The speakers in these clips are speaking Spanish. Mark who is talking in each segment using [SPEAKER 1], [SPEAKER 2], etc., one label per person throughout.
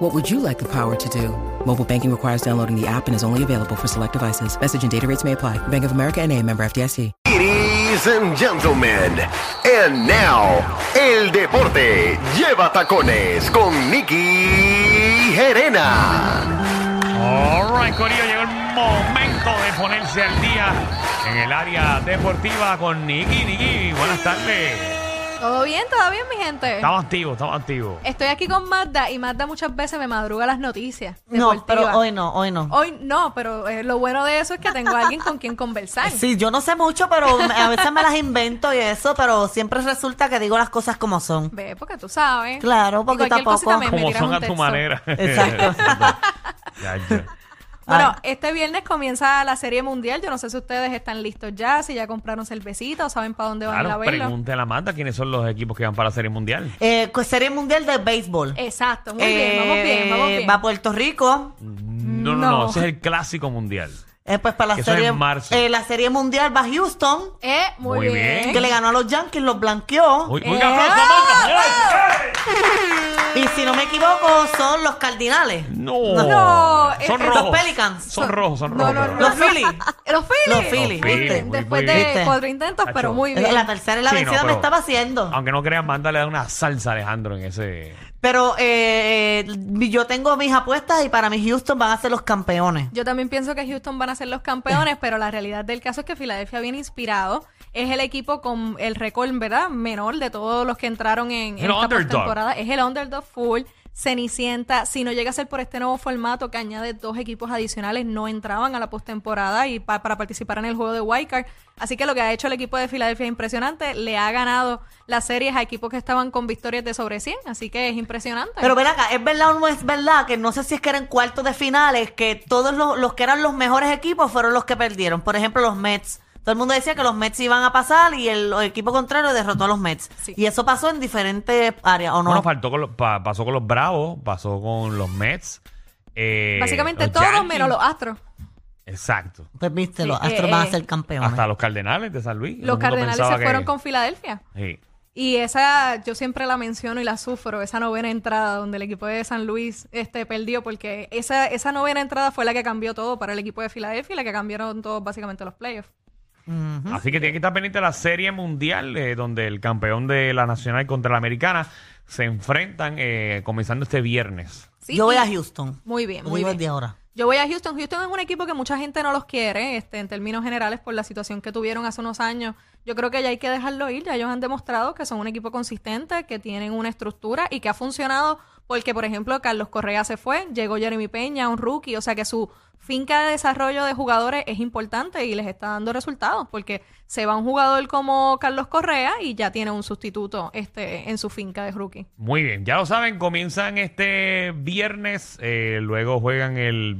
[SPEAKER 1] What would you like the power to do? Mobile banking requires downloading the app and is only available for select devices. Message and data rates may apply. Bank of America and a member FDIC.
[SPEAKER 2] Ladies and gentlemen, and now, el deporte lleva tacones con Nicky Gerena.
[SPEAKER 3] All right, Corillo, llegó el momento de ponerse al día en el área deportiva con Nicky. Nicky, buenas tardes.
[SPEAKER 4] ¿Todo bien? ¿Todo bien, mi gente?
[SPEAKER 3] Estamos activos, estamos activos.
[SPEAKER 4] Estoy aquí con Magda y Magda muchas veces me madruga las noticias.
[SPEAKER 5] No,
[SPEAKER 4] deportivas.
[SPEAKER 5] pero hoy no, hoy no.
[SPEAKER 4] Hoy no, pero eh, lo bueno de eso es que tengo a alguien con quien conversar.
[SPEAKER 5] Sí, yo no sé mucho, pero me- a veces me las invento y eso, pero siempre resulta que digo las cosas como son.
[SPEAKER 4] Ve, porque tú sabes.
[SPEAKER 5] Claro,
[SPEAKER 4] Y
[SPEAKER 5] porque
[SPEAKER 4] cualquier
[SPEAKER 5] tampoco-
[SPEAKER 4] cosita me- me
[SPEAKER 3] Como
[SPEAKER 4] tiras
[SPEAKER 3] son
[SPEAKER 4] un
[SPEAKER 3] a tu
[SPEAKER 4] texto.
[SPEAKER 3] manera.
[SPEAKER 5] Exacto.
[SPEAKER 3] Ya, ya.
[SPEAKER 4] Bueno,
[SPEAKER 5] Ah.
[SPEAKER 4] este viernes comienza la Serie Mundial. Yo no sé si ustedes están listos ya, si ya compraron cervecita o saben para dónde van a ir a
[SPEAKER 3] Claro,
[SPEAKER 4] verlo.
[SPEAKER 3] pregúntale a Amanda quiénes son los equipos que van para la Serie Mundial.
[SPEAKER 5] Eh, pues, serie mundial de béisbol.
[SPEAKER 4] Exacto, Eh, muy bien, vamos bien, vamos
[SPEAKER 5] Eh,
[SPEAKER 4] bien.
[SPEAKER 5] Va a Puerto Rico,
[SPEAKER 3] No, no, no,
[SPEAKER 4] No.
[SPEAKER 3] ese es el clásico mundial.
[SPEAKER 5] eh, pues para la
[SPEAKER 3] Eso es
[SPEAKER 5] serie,
[SPEAKER 3] en marzo.
[SPEAKER 5] eh, la serie mundial va a Houston,
[SPEAKER 4] Eh, muy,
[SPEAKER 3] Muy
[SPEAKER 4] bien.
[SPEAKER 3] bien.
[SPEAKER 5] que le ganó a los Yankees, los blanqueó.
[SPEAKER 3] Uy,
[SPEAKER 4] Eh,
[SPEAKER 3] un aplauso, Amanda.
[SPEAKER 5] Y si no me equivoco, son los Cardinales.
[SPEAKER 3] No,
[SPEAKER 4] No, eh,
[SPEAKER 3] son
[SPEAKER 4] eh,
[SPEAKER 5] los
[SPEAKER 3] rojos.
[SPEAKER 5] Pelicans.
[SPEAKER 3] Son rojos, son
[SPEAKER 4] No,
[SPEAKER 3] rojos.
[SPEAKER 4] no,
[SPEAKER 3] pero-
[SPEAKER 4] no.
[SPEAKER 5] Los Phillies.
[SPEAKER 4] Los Phillies.
[SPEAKER 5] Los Phillies.
[SPEAKER 3] Los
[SPEAKER 4] Viste,
[SPEAKER 3] Phillies, muy
[SPEAKER 4] Después
[SPEAKER 3] bien.
[SPEAKER 4] de
[SPEAKER 5] Viste.
[SPEAKER 4] cuatro intentos, pero
[SPEAKER 3] Tacho.
[SPEAKER 4] muy bien.
[SPEAKER 5] Eh, La tercera y la
[SPEAKER 3] Sí, no,
[SPEAKER 5] vencida me
[SPEAKER 3] pero-
[SPEAKER 5] estaba haciendo.
[SPEAKER 3] Aunque no crean, Amanda le da una salsa a Alejandro en ese...
[SPEAKER 5] Pero eh, yo tengo mis apuestas y para mí Houston van a ser los campeones.
[SPEAKER 4] Yo también pienso que Houston van a ser los campeones, pero la realidad del caso es que Filadelfia viene inspirado. Es el equipo con el récord, ¿verdad? Menor de todos los que entraron en, en
[SPEAKER 3] El
[SPEAKER 4] esta
[SPEAKER 3] underdog.
[SPEAKER 4] postemporada. Es el underdog full. Cenicienta, si no llega a ser por este nuevo formato que añade dos equipos adicionales, no entraban a la postemporada y pa- para participar en el juego de Wildcard. Así que lo que ha hecho el equipo de Filadelfia es impresionante. Le ha ganado las series a equipos que estaban con victorias de sobre 100. Así que es impresionante.
[SPEAKER 5] Pero ven acá, ¿es verdad o no es verdad que no sé si es que eran cuartos de finales, que todos los, los que eran los mejores equipos fueron los que perdieron? Por ejemplo, los Mets. Todo el mundo decía que los Mets iban a pasar y el, equipo contrario derrotó a los Mets.
[SPEAKER 4] Sí.
[SPEAKER 5] Y eso pasó en diferentes áreas, ¿o no?
[SPEAKER 3] Bueno, faltó con los- pa- pasó con los Bravos, pasó con los Mets. eh,
[SPEAKER 4] Básicamente
[SPEAKER 3] los
[SPEAKER 4] todos
[SPEAKER 3] Yankees.
[SPEAKER 4] menos los Astros.
[SPEAKER 3] Exacto.
[SPEAKER 5] pues viste, los
[SPEAKER 4] Sí,
[SPEAKER 5] Astros
[SPEAKER 4] eh,
[SPEAKER 5] van
[SPEAKER 4] eh.
[SPEAKER 5] a ser campeones.
[SPEAKER 3] Hasta los Cardenales de San Luis. Todo
[SPEAKER 4] Los
[SPEAKER 3] el mundo
[SPEAKER 4] Cardenales
[SPEAKER 3] pensaba
[SPEAKER 4] se
[SPEAKER 3] que-
[SPEAKER 4] fueron con Filadelfia.
[SPEAKER 3] Sí.
[SPEAKER 4] Y esa, yo siempre la menciono y la sufro, esa novena entrada donde el equipo de San Luis este, perdió, porque esa, esa novena entrada fue la que cambió todo para el equipo de Filadelfia y la que cambiaron todos básicamente los playoffs. Ah,
[SPEAKER 3] Así que tiene que estar pendiente de la Serie Mundial, eh, donde el campeón de la Nacional contra la Americana se enfrentan eh, comenzando este viernes.
[SPEAKER 4] Sí,
[SPEAKER 5] Yo voy
[SPEAKER 4] y-
[SPEAKER 5] a Houston.
[SPEAKER 4] Muy bien,
[SPEAKER 5] Lo
[SPEAKER 4] muy
[SPEAKER 5] digo
[SPEAKER 4] bien.
[SPEAKER 5] desde ahora.
[SPEAKER 4] Yo voy a Houston. Houston es un equipo que mucha gente no los quiere, este, en términos generales, por la situación que tuvieron hace unos años. Yo creo que ya hay que dejarlo ir. Ya ellos han demostrado que son un equipo consistente, que tienen una estructura y que ha funcionado porque, por ejemplo, Carlos Correa se fue, llegó Jeremy Peña, un rookie. O sea que su finca de desarrollo de jugadores es importante y les está dando resultados porque se va un jugador como Carlos Correa y ya tiene un sustituto este, en su finca de rookie.
[SPEAKER 3] Muy bien, ya lo saben, comienzan este viernes, eh, luego juegan el,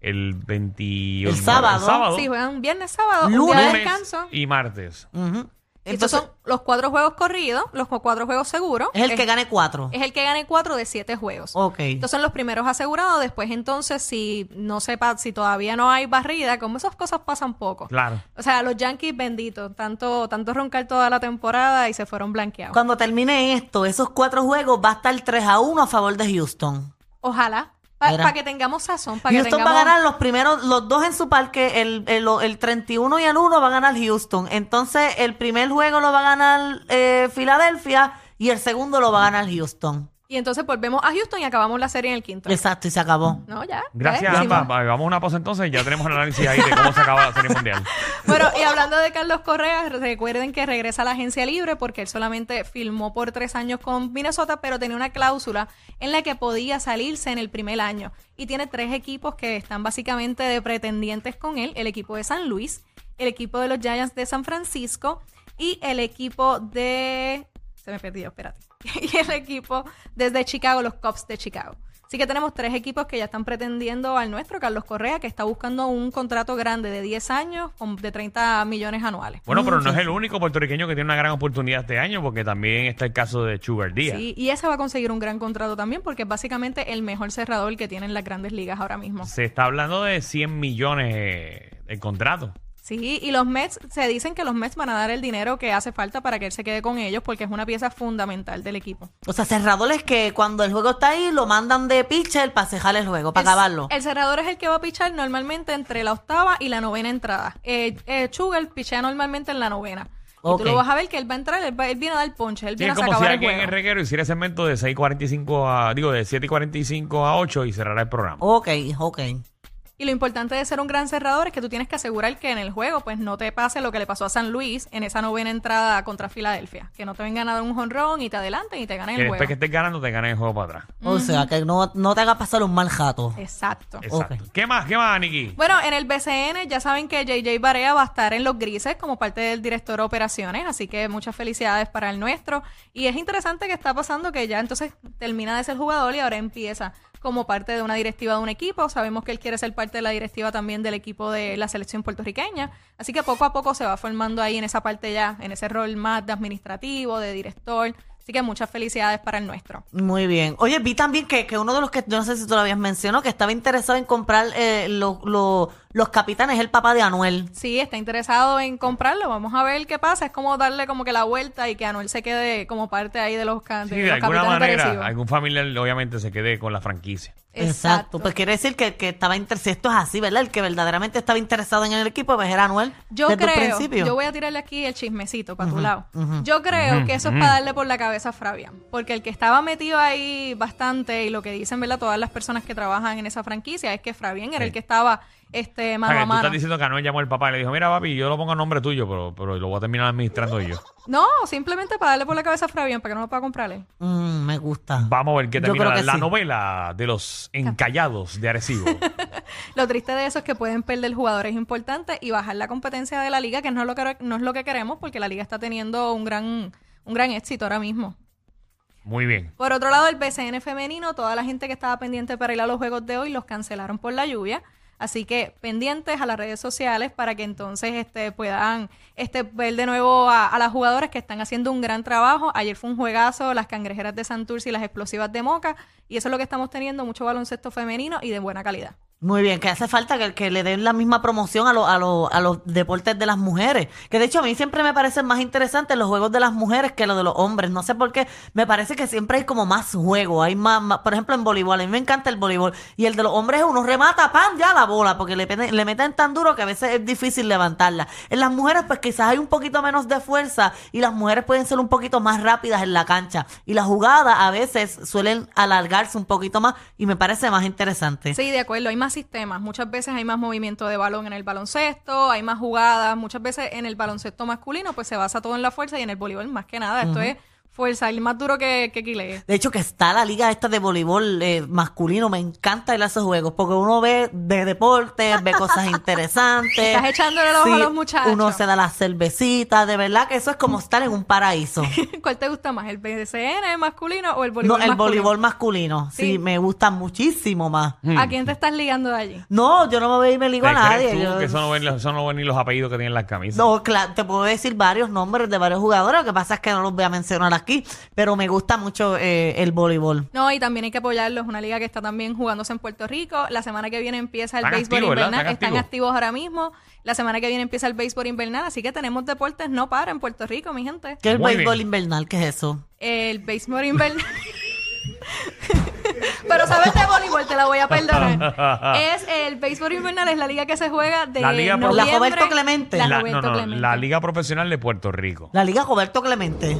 [SPEAKER 3] el 28.
[SPEAKER 5] El sábado.
[SPEAKER 4] Sí, juegan viernes, sábado, un día de
[SPEAKER 5] Lunes
[SPEAKER 4] descanso.
[SPEAKER 3] y martes.
[SPEAKER 5] Ujú.
[SPEAKER 4] Estos
[SPEAKER 5] Entonces,
[SPEAKER 4] son los cuatro juegos corridos, los cu- cuatro juegos seguros.
[SPEAKER 5] es el que gane cuatro.
[SPEAKER 4] es el que gane cuatro de siete juegos.
[SPEAKER 5] ok.
[SPEAKER 4] Estos son los primeros asegurados. Después, entonces, si no sepa, si todavía no hay barrida, como esas cosas pasan poco.
[SPEAKER 3] Claro.
[SPEAKER 4] O sea, los Yankees benditos, tanto, tanto roncar toda la temporada y se fueron blanqueados.
[SPEAKER 5] Cuando termine esto, esos cuatro juegos va a estar 3 a 1 a favor de Houston.
[SPEAKER 4] Ojalá. Para
[SPEAKER 5] Mira.
[SPEAKER 4] que tengamos sazón, para que
[SPEAKER 5] Houston
[SPEAKER 4] tengamos.
[SPEAKER 5] va a ganar los primeros, los dos en su parque, el, el, el 31 y el 1 va a ganar Houston. Entonces, el primer juego lo va a ganar eh, Filadelfia y el segundo lo va a ganar Houston.
[SPEAKER 4] Y entonces volvemos a Houston y acabamos la serie en el quinto.
[SPEAKER 5] Exacto, y se acabó.
[SPEAKER 4] No, ya.
[SPEAKER 3] Gracias,
[SPEAKER 4] Ya,
[SPEAKER 3] ambas.
[SPEAKER 4] hicimos-
[SPEAKER 3] Vamos a una pausa entonces y ya tenemos el análisis ahí de cómo se acaba la Serie Mundial.
[SPEAKER 4] Bueno, y hablando de Carlos Correa, recuerden que regresa a la agencia libre porque él solamente firmó por tres años con Minnesota, pero tenía una cláusula en la que podía salirse en el primer año. Y tiene tres equipos que están básicamente de pretendientes con él: el equipo de San Luis, el equipo de los Giants de San Francisco y el equipo de. Se me perdió, espérate. Y el equipo desde Chicago, los Cubs de Chicago. Así que tenemos tres equipos que ya están pretendiendo al nuestro, Carlos Correa, que está buscando un contrato grande de 10 años con, de 30 millones anuales.
[SPEAKER 3] Bueno, pero no es el único puertorriqueño que tiene una gran oportunidad este año, porque también está el caso de Chuber Díaz.
[SPEAKER 4] Sí, y ese va a conseguir un gran contrato también porque es básicamente el mejor cerrador que tienen las grandes ligas ahora mismo.
[SPEAKER 3] Se está hablando de 100 millones eh, el contrato.
[SPEAKER 4] Sí, y los Mets, se dicen que los Mets van a dar el dinero que hace falta para que él se quede con ellos porque es una pieza fundamental del equipo.
[SPEAKER 5] O sea, cerradores que cuando el juego está ahí lo mandan de pitcher para cejar el juego, para
[SPEAKER 4] El-
[SPEAKER 5] acabarlo.
[SPEAKER 4] El cerrador es el que va a pichar normalmente entre la octava y la novena entrada. Eh, eh, Sugar pichea normalmente en la novena. Y
[SPEAKER 5] Ok.
[SPEAKER 4] tú lo vas a ver que él va a entrar, él, va- él viene a dar ponche, él
[SPEAKER 3] Sí,
[SPEAKER 4] viene
[SPEAKER 3] es
[SPEAKER 4] a
[SPEAKER 3] como si
[SPEAKER 4] acabar el
[SPEAKER 3] alguien en el
[SPEAKER 4] juego.
[SPEAKER 3] reguero hiciera segmento de 6.45 a, digo, de 7.45 a 8 y cerrará el programa.
[SPEAKER 5] Ok, ok.
[SPEAKER 4] Y lo importante de ser un gran cerrador es que tú tienes que asegurar que en el juego pues no te pase lo que le pasó a San Luis en esa novena entrada contra Filadelfia. Que no te vengan a dar un jonrón y te adelanten y te ganen
[SPEAKER 3] que
[SPEAKER 4] el
[SPEAKER 3] después
[SPEAKER 4] juego.
[SPEAKER 3] que estés ganando te ganes el juego para atrás.
[SPEAKER 5] O sea, que no, no te haga pasar un mal jato.
[SPEAKER 4] Exacto.
[SPEAKER 3] Exacto. ¿Qué más? ¿Qué más, Niki?
[SPEAKER 4] Bueno, en el BCN ya saben que JJ Barea va a estar en los grises como parte del director de operaciones, así que muchas felicidades para el nuestro. Y es interesante que está pasando que ya entonces termina de ser jugador y ahora empieza como parte de una directiva de un equipo. Sabemos que él quiere ser parte de la directiva también del equipo de la selección puertorriqueña, así que poco a poco se va formando ahí en esa parte ya, en ese rol más de administrativo, de director. Así que muchas felicidades para el nuestro.
[SPEAKER 5] Muy bien. Oye, vi también que, que uno de los que, yo no sé si tú lo habías mencionado, que estaba interesado en comprar eh, lo- lo- los capitanes, el papá de Anuel.
[SPEAKER 4] Sí, está interesado en comprarlo. Vamos a ver qué pasa. Es como darle como que la vuelta y que Anuel se quede como parte ahí de los
[SPEAKER 3] Sí,
[SPEAKER 4] cantos.
[SPEAKER 3] de alguna manera, algún familiar obviamente se quede con la franquicia.
[SPEAKER 4] Exacto.
[SPEAKER 5] Pues quiere decir que, que estaba interesado, si esto es así, ¿verdad? El que verdaderamente estaba interesado en el equipo, pues era Anuel.
[SPEAKER 4] Yo
[SPEAKER 5] desde un
[SPEAKER 4] creo,
[SPEAKER 5] principio.
[SPEAKER 4] yo voy a tirarle aquí el chismecito para tu lado. Yo creo que eso es para darle por la cabeza a Fabián, porque el que estaba metido ahí bastante y lo que dicen, ¿verdad? Todas las personas que trabajan en esa franquicia es que Fabián era
[SPEAKER 3] Sí.
[SPEAKER 4] el que estaba este
[SPEAKER 3] O sea,
[SPEAKER 4] mano
[SPEAKER 3] que
[SPEAKER 4] a
[SPEAKER 3] tú
[SPEAKER 4] mano.
[SPEAKER 3] estás diciendo que Anuel llamó al papá y le dijo, mira papi, yo lo pongo a nombre tuyo, pero, pero lo voy a terminar administrando yo.
[SPEAKER 4] No, simplemente para darle por la cabeza a Fabián para que no lo pueda comprarle.
[SPEAKER 5] Mm, me gusta.
[SPEAKER 3] Vamos a ver qué
[SPEAKER 5] Yo
[SPEAKER 3] termina
[SPEAKER 5] creo
[SPEAKER 3] la,
[SPEAKER 5] que
[SPEAKER 3] la
[SPEAKER 5] sí.
[SPEAKER 3] novela de los encallados de Arecibo.
[SPEAKER 4] Lo triste de eso es que pueden perder jugadores importantes y bajar la competencia de la liga, que no es lo que, no es lo que queremos, porque la liga está teniendo un gran, un gran éxito ahora mismo.
[SPEAKER 3] Muy bien.
[SPEAKER 4] Por otro lado, el BCN femenino, toda la gente que estaba pendiente para ir a los juegos de hoy los cancelaron por la lluvia. Así que pendientes a las redes sociales para que entonces este, puedan este, ver de nuevo a, a las jugadoras que están haciendo un gran trabajo. Ayer fue un juegazo, las cangrejeras de Santurce y las explosivas de Moca. Y eso es lo que estamos teniendo, mucho baloncesto femenino y de buena calidad.
[SPEAKER 5] Muy bien, que hace falta que, que le den la misma promoción a, lo- a, lo- a los deportes de las mujeres. Que de hecho a mí siempre me parecen más interesantes los juegos de las mujeres que los de los hombres. No sé por qué. Me parece que siempre hay como más juego. Hay más, más- por ejemplo, en voleibol. A mí me encanta el voleibol. Y el de los hombres uno remata, ¡pam! Ya la bola. Porque le, pene- le meten tan duro que a veces es difícil levantarla. En las mujeres pues quizás hay un poquito menos de fuerza. Y las mujeres pueden ser un poquito más rápidas en la cancha. Y las jugadas a veces suelen alargarse un poquito más. Y me parece más interesante.
[SPEAKER 4] Sí, de acuerdo, hay más sistemas, muchas veces hay más movimiento de balón en el baloncesto, hay más jugadas, muchas veces en el baloncesto masculino pues se basa todo en la fuerza y en el voleibol más que nada, esto es fuerza, el más duro que, que Kile.
[SPEAKER 5] De hecho, que está la liga esta de voleibol eh, masculino. Me encanta ir a esos juegos porque uno ve de deportes, ve cosas interesantes.
[SPEAKER 4] Estás echándole el ojo a los muchachos.
[SPEAKER 5] Uno se da las cervecitas. De verdad que eso es como estar en un paraíso.
[SPEAKER 4] ¿Cuál te gusta más, el BCN masculino o el
[SPEAKER 5] No,
[SPEAKER 4] voleibol
[SPEAKER 5] el
[SPEAKER 4] masculino?
[SPEAKER 5] voleibol masculino. Sí.
[SPEAKER 4] Sí.
[SPEAKER 5] me gusta muchísimo más.
[SPEAKER 4] ¿A quién te estás ligando de allí?
[SPEAKER 5] No, yo no me voy y me ligo a
[SPEAKER 3] ¿Te crees
[SPEAKER 5] nadie.
[SPEAKER 3] tú
[SPEAKER 5] Yo-
[SPEAKER 3] que eso no, ven, eso no ven ni los apellidos que tienen las camisas?
[SPEAKER 5] No, claro, te puedo decir varios nombres de varios jugadores. Lo que pasa es que no los voy a mencionar aquí. Pero me gusta mucho eh, el voleibol.
[SPEAKER 4] No, y también hay que apoyarlo. Es una liga que está también jugándose en Puerto Rico. La semana que viene empieza el
[SPEAKER 3] Están
[SPEAKER 4] béisbol
[SPEAKER 3] activos, ¿verdad? Están
[SPEAKER 4] invernal. Están
[SPEAKER 3] activos.
[SPEAKER 4] activos ahora mismo. La semana que viene empieza el béisbol invernal. Así que tenemos deportes no para en Puerto Rico, mi gente.
[SPEAKER 5] ¿Qué es el
[SPEAKER 3] Muy
[SPEAKER 5] béisbol
[SPEAKER 3] bien.
[SPEAKER 5] invernal? ¿Qué es eso?
[SPEAKER 4] El béisbol invernal. Pero sabes de voleibol, te la voy a perdonar. Es el béisbol invernal, es la liga que se juega de
[SPEAKER 3] La liga pro-
[SPEAKER 4] noviembre.
[SPEAKER 5] La Roberto Clemente.
[SPEAKER 4] La
[SPEAKER 3] La,
[SPEAKER 4] Roberto
[SPEAKER 3] no, no,
[SPEAKER 4] Clemente.
[SPEAKER 3] la Liga Profesional de Puerto Rico.
[SPEAKER 5] La liga Roberto Clemente.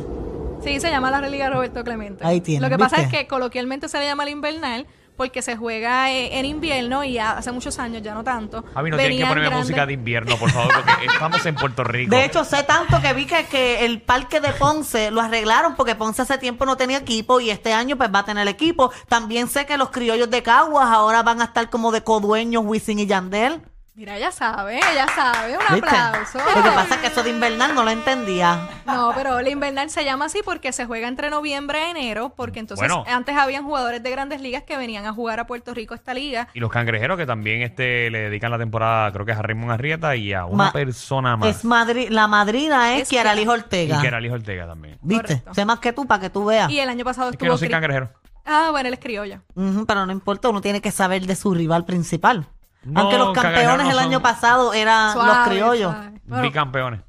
[SPEAKER 4] Sí, se llama la liga Roberto Clemente.
[SPEAKER 5] Ahí tienes,
[SPEAKER 4] Lo que pasa
[SPEAKER 5] ¿viste?
[SPEAKER 4] es que coloquialmente se le llama el invernal porque se juega eh, en invierno y ya hace muchos años, ya no tanto.
[SPEAKER 3] Javi, no tienen que
[SPEAKER 4] venían
[SPEAKER 3] ponerme
[SPEAKER 4] grandes-
[SPEAKER 3] música de invierno, por favor, porque estamos en Puerto Rico.
[SPEAKER 5] De hecho, sé tanto que vi que, que el parque de Ponce lo arreglaron porque Ponce hace tiempo no tenía equipo y este año pues va a tener equipo. También sé que los criollos de Caguas ahora van a estar como de codueños Wisin y Yandel.
[SPEAKER 4] Mira, ella sabe, ella sabe. Un
[SPEAKER 5] ¿Viste?
[SPEAKER 4] aplauso.
[SPEAKER 5] Lo que pasa es que eso de invernal no lo entendía.
[SPEAKER 4] No, pero la invernal se llama así porque se juega entre noviembre y enero, porque entonces
[SPEAKER 3] Bueno.
[SPEAKER 4] antes habían jugadores de grandes ligas que venían a jugar a Puerto Rico esta liga.
[SPEAKER 3] Y los cangrejeros que también este le dedican la temporada, creo que es a Raymond Arrieta y a una
[SPEAKER 5] Ma-
[SPEAKER 3] persona más.
[SPEAKER 5] Es Madrid, la madrina es,
[SPEAKER 4] Es
[SPEAKER 5] Kiaralí
[SPEAKER 4] Kiara.
[SPEAKER 5] Ortega.
[SPEAKER 3] Y que era Liz Ortega también.
[SPEAKER 5] ¿Viste?
[SPEAKER 4] Correcto.
[SPEAKER 5] Sé más que tú para que tú veas.
[SPEAKER 4] Y el año
[SPEAKER 3] Ah,
[SPEAKER 4] pasado
[SPEAKER 3] Es que
[SPEAKER 4] estuvo...
[SPEAKER 3] no soy
[SPEAKER 4] Cri-
[SPEAKER 3] cangrejero.
[SPEAKER 4] ah, bueno, él es criollo.
[SPEAKER 5] Ujú, pero no importa, uno tiene que saber de su rival principal.
[SPEAKER 3] No,
[SPEAKER 5] Aunque los campeones
[SPEAKER 3] cagaron,
[SPEAKER 5] el
[SPEAKER 3] no
[SPEAKER 5] año
[SPEAKER 3] son-
[SPEAKER 5] pasado eran Ah, los
[SPEAKER 4] Suave,
[SPEAKER 5] criollos.
[SPEAKER 4] suave. Bueno,
[SPEAKER 3] Bicampeones.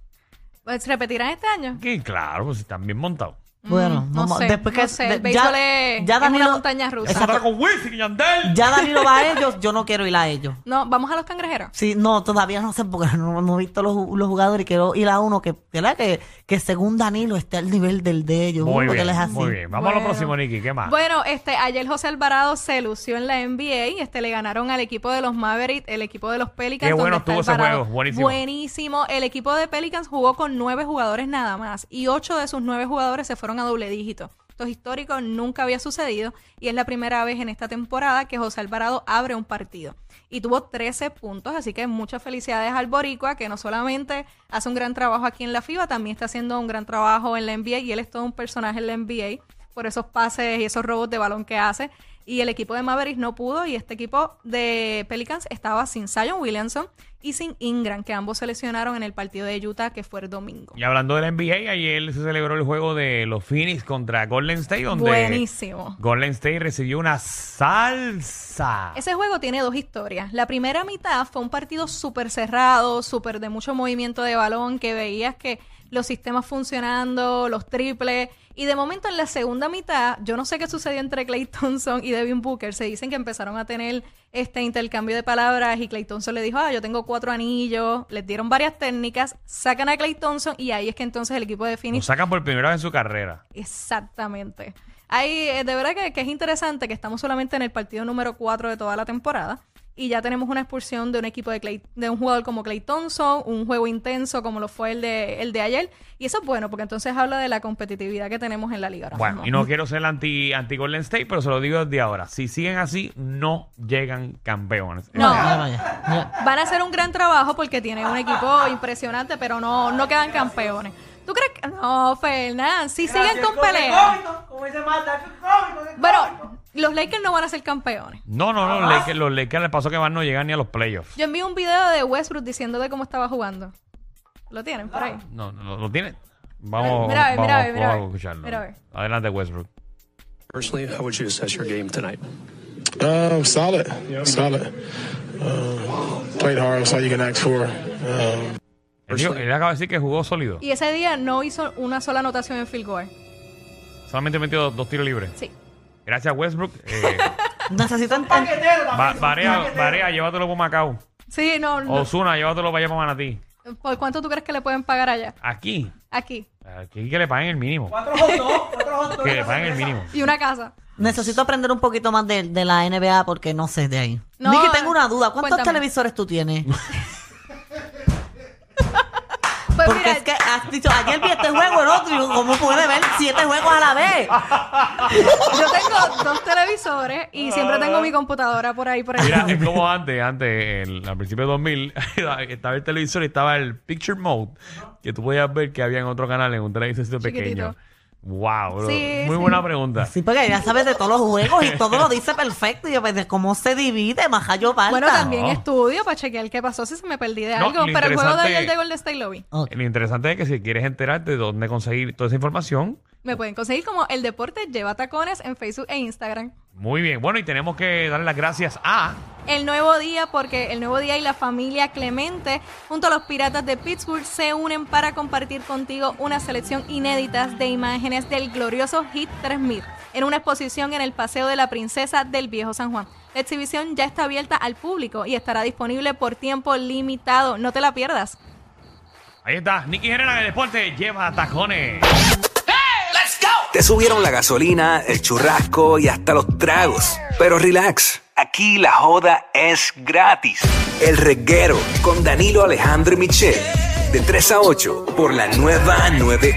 [SPEAKER 4] pues, ¿Se repetirán este año?
[SPEAKER 3] Que claro, pues están bien montados.
[SPEAKER 5] Bueno,
[SPEAKER 4] Mm, no
[SPEAKER 5] vamos,
[SPEAKER 4] sé,
[SPEAKER 5] después que
[SPEAKER 4] no sé, el
[SPEAKER 5] de-
[SPEAKER 4] béisbol es- es una montaña rusa.
[SPEAKER 5] Exacto.
[SPEAKER 3] Está con Wisin y Yandel.
[SPEAKER 5] ya Danilo va a ellos, yo no quiero ir a ellos.
[SPEAKER 4] No, vamos a los cangrejeros.
[SPEAKER 5] Sí, no, todavía no sé porque no, no he visto los, los jugadores y quiero ir a uno que, ¿verdad? que, que según Danilo esté al nivel del de ellos.
[SPEAKER 3] Muy
[SPEAKER 5] uno que
[SPEAKER 3] bien,
[SPEAKER 5] él es así.
[SPEAKER 3] muy bien. Vamos a lo
[SPEAKER 4] Bueno.
[SPEAKER 3] próximo, Nicky. ¿Qué más?
[SPEAKER 4] Bueno, este, ayer José Alvarado se lució en la NBA, este, le ganaron al equipo de los Mavericks, el equipo de los Pelicans.
[SPEAKER 3] Qué bueno
[SPEAKER 4] donde
[SPEAKER 3] estuvo
[SPEAKER 4] está
[SPEAKER 3] ese
[SPEAKER 4] Alvarado.
[SPEAKER 3] juego, buenísimo.
[SPEAKER 4] Buenísimo. el equipo de Pelicans jugó con nueve jugadores nada más y ocho de sus nueve jugadores se fueron a doble dígito. Esto es histórico, nunca había sucedido y es la primera vez en esta temporada que José Alvarado abre un partido. Y tuvo 13 puntos, así que muchas felicidades al Boricua, que no solamente hace un gran trabajo aquí en la FIBA, también está haciendo un gran trabajo en la NBA y él es todo un personaje en la NBA por esos pases y esos robos de balón que hace. Y el equipo de Mavericks no pudo y este equipo de Pelicans estaba sin Zion Williamson y sin Ingram, que ambos se lesionaron en el partido de Utah que fue el domingo.
[SPEAKER 3] Y hablando de la NBA, ayer se celebró el juego de los Phoenix contra Golden State, donde
[SPEAKER 4] Buenísimo.
[SPEAKER 3] Golden State recibió una salsa.
[SPEAKER 4] Ese juego tiene dos historias. La primera mitad fue un partido súper cerrado, súper de mucho movimiento de balón, que veías que los sistemas funcionando, los triples. Y de momento en la segunda mitad, yo no sé qué sucedió entre Clay Thompson y Devin Booker. Se dicen que empezaron a tener este intercambio de palabras y Clay Thompson le dijo, ah, yo tengo cuatro anillos. Les dieron varias técnicas, sacan a Clay Thompson y ahí es que entonces el equipo de
[SPEAKER 3] Lo
[SPEAKER 4] Phoenix
[SPEAKER 3] sacan por primera vez en su carrera.
[SPEAKER 4] Exactamente. Ahí, eh, de verdad que, que es interesante que estamos solamente en el partido número 4 de toda la temporada y ya tenemos una expulsión de un equipo de, Clay- de un jugador como Clay Thompson, un juego intenso como lo fue el de, el de ayer. Y eso es bueno porque entonces habla de la competitividad que tenemos en la liga ahora
[SPEAKER 3] Bueno,
[SPEAKER 4] mismo.
[SPEAKER 3] y no quiero ser anti, anti Golden State, pero se lo digo desde ahora. Si siguen así, no llegan campeones.
[SPEAKER 4] No.
[SPEAKER 5] Ya, vaya, ya.
[SPEAKER 4] Van a hacer un gran trabajo porque tienen un equipo impresionante, pero no, no quedan campeones. ¿Tú crees que.? No, Fernán, si siguen con pelea. Bueno, los Lakers no van a ser campeones.
[SPEAKER 3] No, no,
[SPEAKER 4] Ah.
[SPEAKER 3] no. Los Lakers, los Lakers les pasó que van no llegan ni a los playoffs.
[SPEAKER 4] Yo envié un video de Westbrook diciendo de cómo estaba jugando. ¿Lo tienen por ahí?
[SPEAKER 3] No, no, no, lo tienen. Vamos,
[SPEAKER 4] Mira, a ver,
[SPEAKER 3] vamos,
[SPEAKER 4] mira, a ver, mira,
[SPEAKER 3] vamos
[SPEAKER 4] a ver.
[SPEAKER 3] a escucharlo.
[SPEAKER 4] Mira, a ver.
[SPEAKER 3] Adelante, Westbrook.
[SPEAKER 6] Personally, how would you assess your game tonight?
[SPEAKER 7] Um, solid, solid. Um, played hard. That's all you can ask for. Um,
[SPEAKER 3] Él, dijo- él acaba de decir que jugó sólido.
[SPEAKER 4] Y ese día no hizo una sola anotación en field goal.
[SPEAKER 3] Solamente metió dos, dos tiros libres.
[SPEAKER 4] Sí.
[SPEAKER 3] Gracias, Westbrook. Eh,
[SPEAKER 5] Necesito entender.
[SPEAKER 3] Va- Varea, Varea, llévatelo por Macao.
[SPEAKER 4] Sí, no, no.
[SPEAKER 3] Osuna, llévatelo para allá para Manatí.
[SPEAKER 4] ¿Por cuánto tú crees que le pueden pagar allá?
[SPEAKER 3] Aquí,
[SPEAKER 4] Aquí.
[SPEAKER 3] aquí que le paguen el mínimo. Que le paguen el mínimo.
[SPEAKER 4] Y una casa.
[SPEAKER 5] Necesito aprender un poquito más de, de la NBA porque no sé de ahí.
[SPEAKER 4] No,
[SPEAKER 5] Nicky, tengo una duda. ¿Cuántos
[SPEAKER 4] cuéntame.
[SPEAKER 5] televisores tú tienes?
[SPEAKER 4] Pues
[SPEAKER 5] Porque
[SPEAKER 4] mira,
[SPEAKER 5] es que has dicho, ayer vi este juego, el otro, y digo, ¿cómo puede ver siete juegos a la vez?
[SPEAKER 4] yo tengo dos televisores y siempre tengo mi computadora por ahí, por ahí.
[SPEAKER 3] Mira, eh, es como antes, antes, el- al principio de 2000, estaba el televisor y estaba el Picture Mode, que tú podías ver que había en otro canal, en un televisor pequeño.
[SPEAKER 4] Chiquitito.
[SPEAKER 3] Wow, bro.
[SPEAKER 4] Sí,
[SPEAKER 3] muy
[SPEAKER 4] sí.
[SPEAKER 3] buena pregunta.
[SPEAKER 5] Sí, porque ya sabes de todos los juegos y todo lo dice perfecto. Y yo, pues, ¿de cómo se divide? Más allá falta.
[SPEAKER 4] Bueno, también
[SPEAKER 3] No.
[SPEAKER 4] estudio para chequear qué pasó, si se me perdí de
[SPEAKER 3] No,
[SPEAKER 4] algo.
[SPEAKER 3] lo
[SPEAKER 4] Pero el juego de
[SPEAKER 3] interesante-
[SPEAKER 4] ayer de Golden State lo vi.
[SPEAKER 5] Ok.
[SPEAKER 3] Lo interesante es que si quieres enterarte de dónde conseguir toda esa información,
[SPEAKER 4] Me pueden conseguir como El Deporte Lleva Tacones en Facebook e Instagram.
[SPEAKER 3] muy bien. Bueno, y tenemos que darle las gracias a...
[SPEAKER 4] El nuevo día, porque el nuevo día y la familia Clemente, junto a los piratas de Pittsburgh, se unen para compartir contigo una selección inédita de imágenes del glorioso Hit 3000 en una exposición en el Paseo de la Princesa del Viejo San Juan. La exhibición ya está abierta al público y estará disponible por tiempo limitado. No te la pierdas.
[SPEAKER 3] Ahí está, Nicky Gerena en el deporte, lleva tacones.
[SPEAKER 8] Te subieron la gasolina, el churrasco y hasta los tragos. Pero relax, aquí la joda es gratis. El reguero con Danilo Alejandro y Michel. De 3 a 8 por la nueva 9.